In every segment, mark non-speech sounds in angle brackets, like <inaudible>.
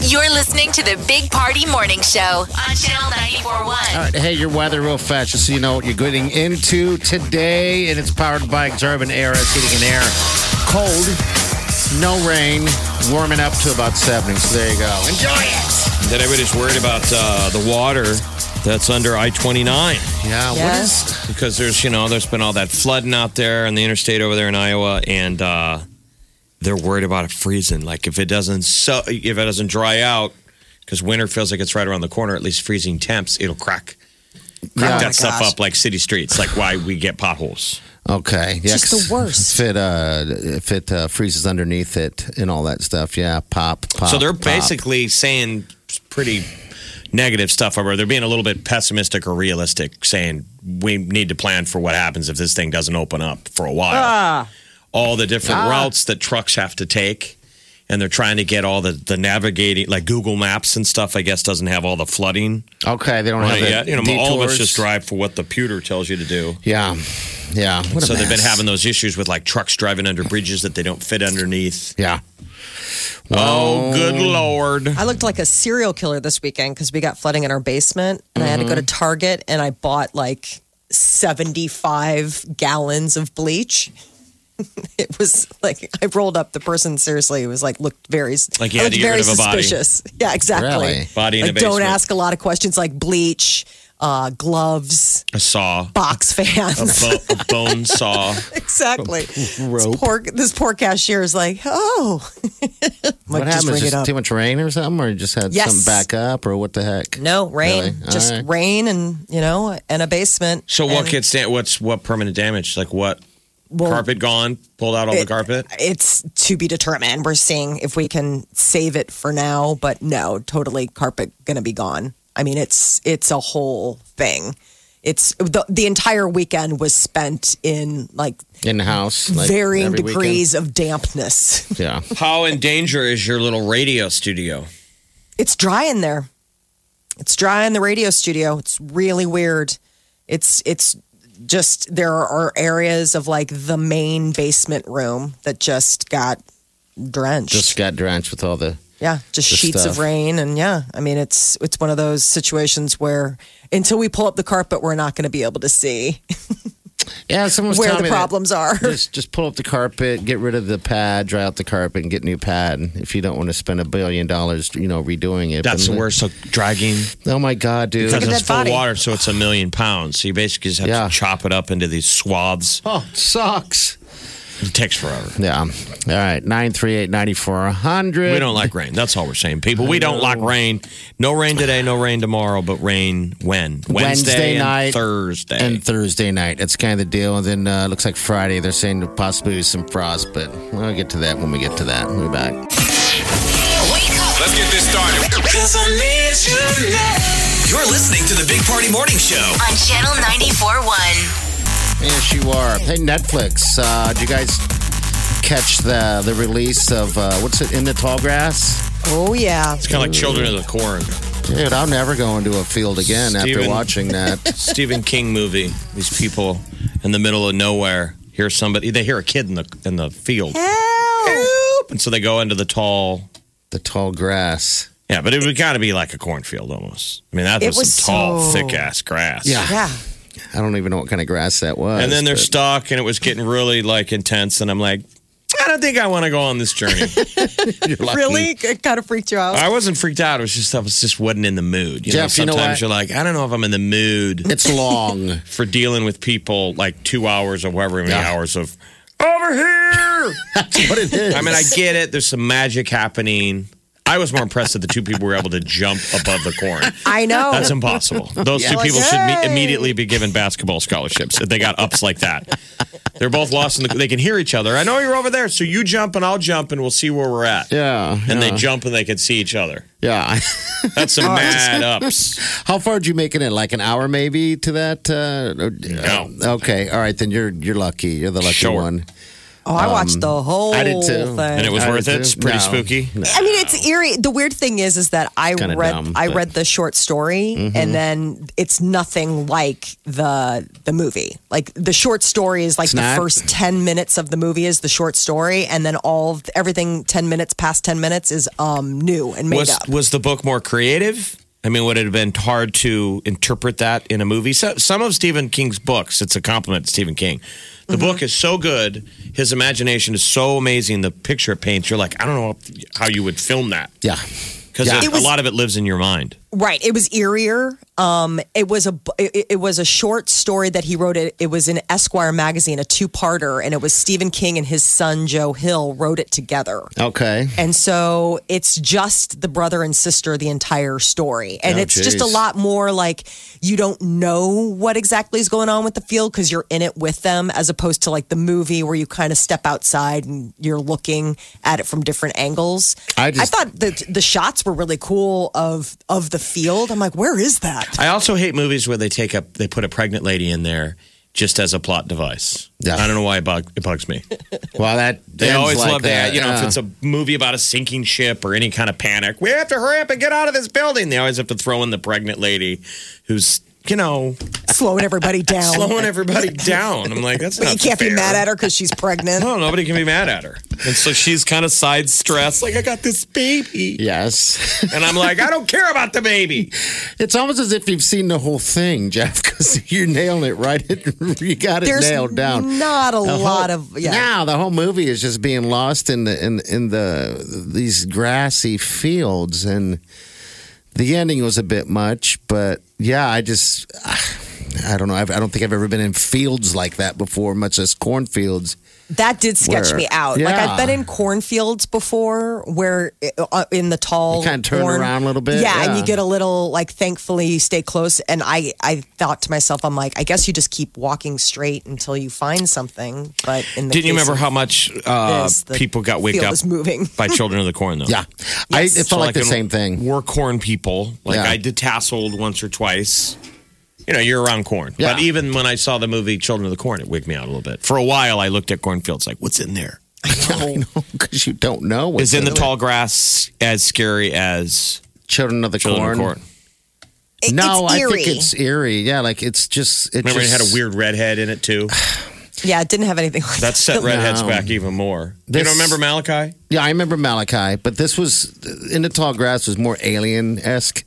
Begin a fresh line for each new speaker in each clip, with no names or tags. You're listening to the Big Party Morning Show on Channel 941.
All right, hey, your weather real fast, just so you know what you're getting into today, and it's powered by Xarban Air It's Heating and Air. Cold, no rain, warming up to about 70. So there you go. Enjoy it.
That everybody's worried about uh, the water that's under I 29
Yeah, what is?
because there's, you know, there's been all that flooding out there on the interstate over there in Iowa, and uh, they're worried about it freezing. Like if it doesn't, so if it doesn't dry out, because winter feels like it's right around the corner. At least freezing temps, it'll crack. Crack
Yeah. Oh
that stuff up like city streets, like why we get potholes.
Okay. Yeah,
Just the
'cause
worst.
If it, uh, if it uh, freezes underneath it and all that stuff, yeah, pop, pop.
So they're
pop.
basically saying pretty negative stuff over. They're being a little bit pessimistic or realistic, saying we need to plan for what happens if this thing doesn't open up for a while.
Ah.
All the different routes that trucks have to take. And they're trying to get all the, the navigating, like Google Maps and stuff, I guess, doesn't have all the flooding.
Okay, they don't
on
have
it
the
yet. You know, all of us
detours.
just drive for what the pewter tells you to do.
Yeah, yeah. What a
so they've been
mess.
having those issues with like trucks driving under bridges that they don't fit underneath.
Yeah.
Oh, good Lord.
I looked like a serial killer this weekend because we got flooding in our basement, and I had to go to
Mm-hmm.
Target and I bought like 75 gallons of bleach. <laughs> it was like I rolled up. The person seriously was like looked very
Like you
I
had to get
looked very
rid of a body.
suspicious. Yeah, exactly.
Really?
Body in
like,
a
don't
basement.
ask a lot of questions like bleach, uh, gloves,
A saw, <laughs>
box fans.
bo- a bone saw.
<laughs> exactly. This poor, this poor cashier is like, oh,
What
just
happened?
ring
Just
it up.
too much rain or something, or you just had
Yes.
something back up, or what the heck?
No rain,
Really? All
just
right.
rain, and you know, and a basement.
So what
And
gets da- what's what permanent damage? Like what
we'll-
carpet gone? Pulled out all the
it-
carpet?
It's to be determined. We're seeing if we can save it for now, but no, totally carpet gonna be gone. I mean, it's it's a whole thing. It's the the entire weekend was spent in like,
in the house, like
varying
every
degrees of dampness. <laughs>
Weekend. Yeah.
How in danger is your little radio studio?
It's dry in there. It's dry in the radio studio. It's really weird. It's it's just there are areas of like the main basement room that just got drenched.
Just got drenched with all the.
yeah, just
the
sheets
stuff.
of rain and yeah. I mean, it's it's one of those situations where until we pull up the carpet, we're not going to be able to see
Yeah, someone was
where
telling
the
me that-
<laughs> problems are.
Just just pull up the carpet, get rid of the pad, dry out the carpet, and get new pad. If you don't want to spend a billion dollars, you know, redoing it.
That's
But-
the worst. So dragging
Oh my god, dude!
because
a
it's
dead
full of
body.
water, so it's a million pounds. So you basically just have
Yeah.
to chop it up into these swaths.
Oh, it sucks.
It takes forever.
Yeah. All right. Nine three eight ninety four hundred.
We don't like rain. That's all we're saying, people. We don't like rain. No rain today, no rain tomorrow, but rain when? Wednesday,
Wednesday
and
night
Thursday.
and Thursday night. That's kind of the deal. And then uh, looks like Friday they're saying possibly some frost, but we'll get to that when we get to that. We'll be back.
Let's get this started.
You're listening to the Big Party Morning Show.
On Channel 941.
Yes, you are. Hey, Netflix. Uh, did you guys catch the the release of uh, what's it in the tall grass?
oh yeah, <laughs>
it's kind of like Children of the Corn,
Dude, I'll never go into a field again after
Steven.
watching that.
<laughs> Stephen King movie. These people in the middle of nowhere hear somebody. They hear a kid in the in the field, and so they go into the tall.
the tall grass.
Yeah, but it would got to be like a cornfield almost. I mean, that
It
was,
was
some tall,
so-
thick ass grass.
yeah.
I don't even know what kind of grass that was.
And then they're
but-
stuck, and it was getting really like intense. And I'm like, I don't think I want to go on this
<laughs>
journey.
You're lucky.
Really, it kind of freaked you out.
I wasn't freaked out. It was just I was just wasn't in the mood. You
Jeff, you
know,
know
sometimes
what?
are like, I don't know if I'm in the mood
It's long.
for dealing with people like two hours or however many
Yeah.
hours of <laughs> over here.
<laughs> That's what it is.
I mean, I get it. There's some magic happening. I was more impressed that the two people were able to jump above the corn.
I know.
That's impossible. Those two
Like,
people should me-
hey.
immediately be given basketball scholarships if they got ups like that. They're both lost in the. They can hear each other. I know you're over there, so you jump and I'll jump and we'll see where we're at.
Yeah.
And
yeah,
they jump and they can see each other.
Yeah. <laughs>
That's some mad ups.
How far did you make it in? Like an hour, maybe to that? Uh, no. Okay. All right. Then you're you're lucky. You're the lucky
Sure.
one.
Oh, I watched the whole
um, I did too.
thing.
And it was
I
worth
did
it. It's
too.
pretty
No.
spooky.
I mean, it's eerie. The weird thing is, is that I
Kinda
read,
dumb, but-
I
Mm-hmm.
read the short story, and then it's nothing like the the movie. Like the short story is like
It's
the
not?
first ten minutes of the movie is the short story, and then all of- everything ten minutes past ten minutes is um new and made
Was
up.
was the book more creative? I mean, would it have been hard to interpret that in a movie? So, some of Stephen King's books, it's a compliment to Stephen King. The book is so good. His imagination is so amazing. The picture it paints, you're like, I don't know how you would film that.
Yeah.
Because
Yeah.
a lot of it lives in your mind.
Right. It was eerier. Um, it was a bu- it, it was a short story that he wrote. It, it was in Esquire magazine, a two parter, and it was Stephen King and his son Joe Hill wrote it together.
Okay.
And so it's just the brother and sister the entire story. And
Oh,
it's just a
geez.
lot more like you don't know what exactly is going on with the field because you're in it with them, as opposed to like the movie where you kind of step outside and you're looking at it from different angles.
I just-
thought the the shots were really cool of of the field. I'm like, where is that? <laughs>
I also hate movies where they take up they put a pregnant lady in there just as a plot device.
Yeah.
I don't know why it, bug, it bugs me.
Well, that
They
ends
always
like
love that. You know,
yeah.
if it's a movie about a sinking ship or any kind of panic, we have to hurry up and get out of this building. They always have to throw in the pregnant lady who's, you know,
<laughs>
Slowing everybody down.
slowing
<laughs>
everybody down. I'm like, that's
Oh, but
not
you can't be
fair.
mad at her because she's
<laughs>
pregnant.
No, nobody can be mad at her. And so she's kind of side stressed, like, I got this baby.
Yes. <laughs>
And I'm like, I don't care about the baby.
It's almost as if you've seen the whole thing, Jeff, because <laughs> you're nailing it right. <laughs> you got it
There's
nailed down.
not a
The whole-
lot of yeah.
Now the whole movie is just being lost in the in in the these grassy fields, and the ending was a bit much. But yeah, I just <sighs> I don't know. I've, I don't think I've ever been in fields like that before, much as cornfields.
That did sketch
Where-
me out. Like
yeah.
I've been in cornfields before, where uh, in the tall,
You kinda turn
corn-
around a little bit,
Yeah, and
yeah.
you get a little like. Thankfully, you stay close. And I, I thought to myself, I'm like, I guess you just keep walking straight until you find something. But in the
Didn't you
case
remember
of
how much uh,
this, the
people got wigged
field
up
was moving.
by Children of the Corn, though?
Yeah, I, it felt
So,
like the
in-
same thing. <laughs>
We're corn people. Like
Yeah.
I did tasseled once or twice. You know, you're around corn.
Yeah.
But even when I saw the movie Children of the Corn, it wigged me out a little bit. For a while, I looked at cornfields like, what's in there?
because you don't know. What's
Is in the
it.
tall grass as scary as
children of the
Children
corn?
of the Corn?
<laughs> It-
No,
it's
I
eerie.
think it's eerie. Yeah, like it's just. It
Remember,
just,
it had a weird redhead in
<sighs>
it too.
yeah, it didn't have anything. Like
That set redheads
No.
back even more. you
This-
don't remember Malachi?
Yeah, I remember Malachi, but this was in the tall grass was more alien esque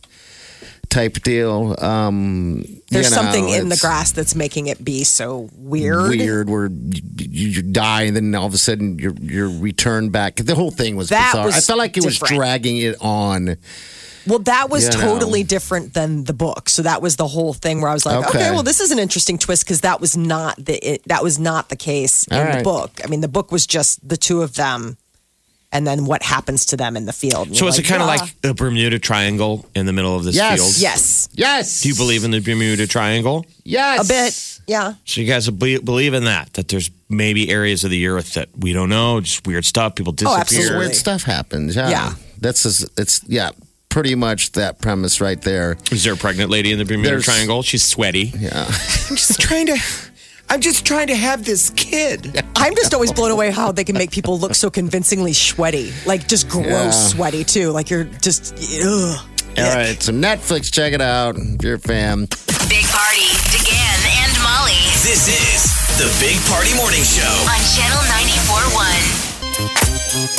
type deal. Um,
There's
you know,
something in the
it's
grass that's making it be so weird.
Weird, where you, you die and then all of a sudden you're you're returned back. The whole thing was
That
bizarre.
was
I felt like it was
different.
dragging it on.
Well, that was
You know.
totally different than the book. So that was the whole thing where I was like, okay,
Okay.
well, this is an interesting twist because that was not the it, that was not the case
All
in
right.
the book. I mean, the book was just the two of them, and then what happens to them in the field. And
So
you're
is it kind of
"Ah."
like the Bermuda Triangle in the middle of this
Yes.
field?
yes,
Yes.
Do you believe in the Bermuda Triangle?
Yes.
a bit, yeah.
So you guys will be, believe in that that there's maybe areas of the earth that we don't know, just weird stuff. People disappear.
Just
absolutely.
weird stuff happens. Yeah.
Yeah.
That's just, it's yeah, pretty much that premise right there.
Is there a pregnant lady in the Bermuda
There's-
Triangle? She's sweaty.
Yeah.
I'm just trying to. I'm just trying to have this kid.
I'm just always blown away how they can make people look so convincingly sweaty, like just gross sweaty too. Like you're just ugh.
All right, so Netflix, check it out if you're a fan.
Big Party, DeGan and Molly
This is the Big Party Morning Show.
on Channel 94.1.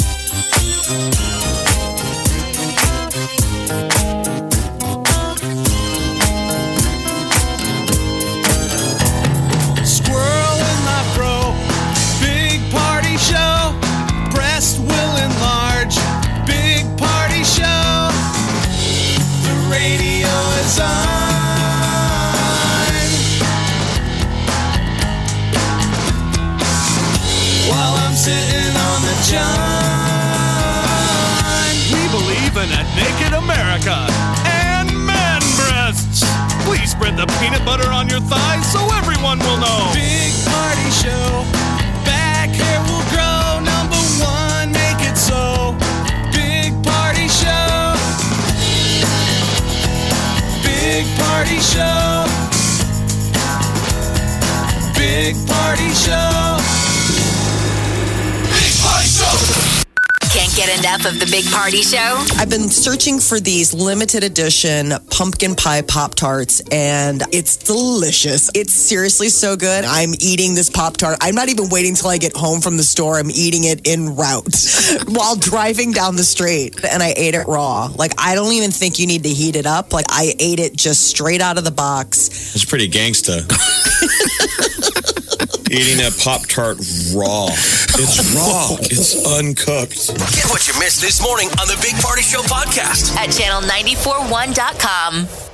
Squirrel in my bro. Big Party Show. Breast will enlarge. Big Party Show. The radio is on. While I'm sitting on the john. We believe in a naked America and man breasts. Please spread the peanut butter on your thighs so everyone will know. Big party show. Show. Big Party Show.
Big Party Show.
Can't get enough of the Big Party Show?
I've been searching for these limited edition pumpkin pie Pop Tarts, and it's delicious. It's seriously so good. I'm eating this Pop Tart. I'm not even waiting till I get home from the store. I'm eating it en route <laughs> while driving down the street, and I ate it raw. Like, I don't even think you need to heat it up. Like, I ate it just straight out of the box.
It's pretty
<laughs>
gangsta. Eating a Pop Tart raw. It's raw. It's uncooked.
Get what you missed this morning on the Big Party Show podcast.
At channel941.com.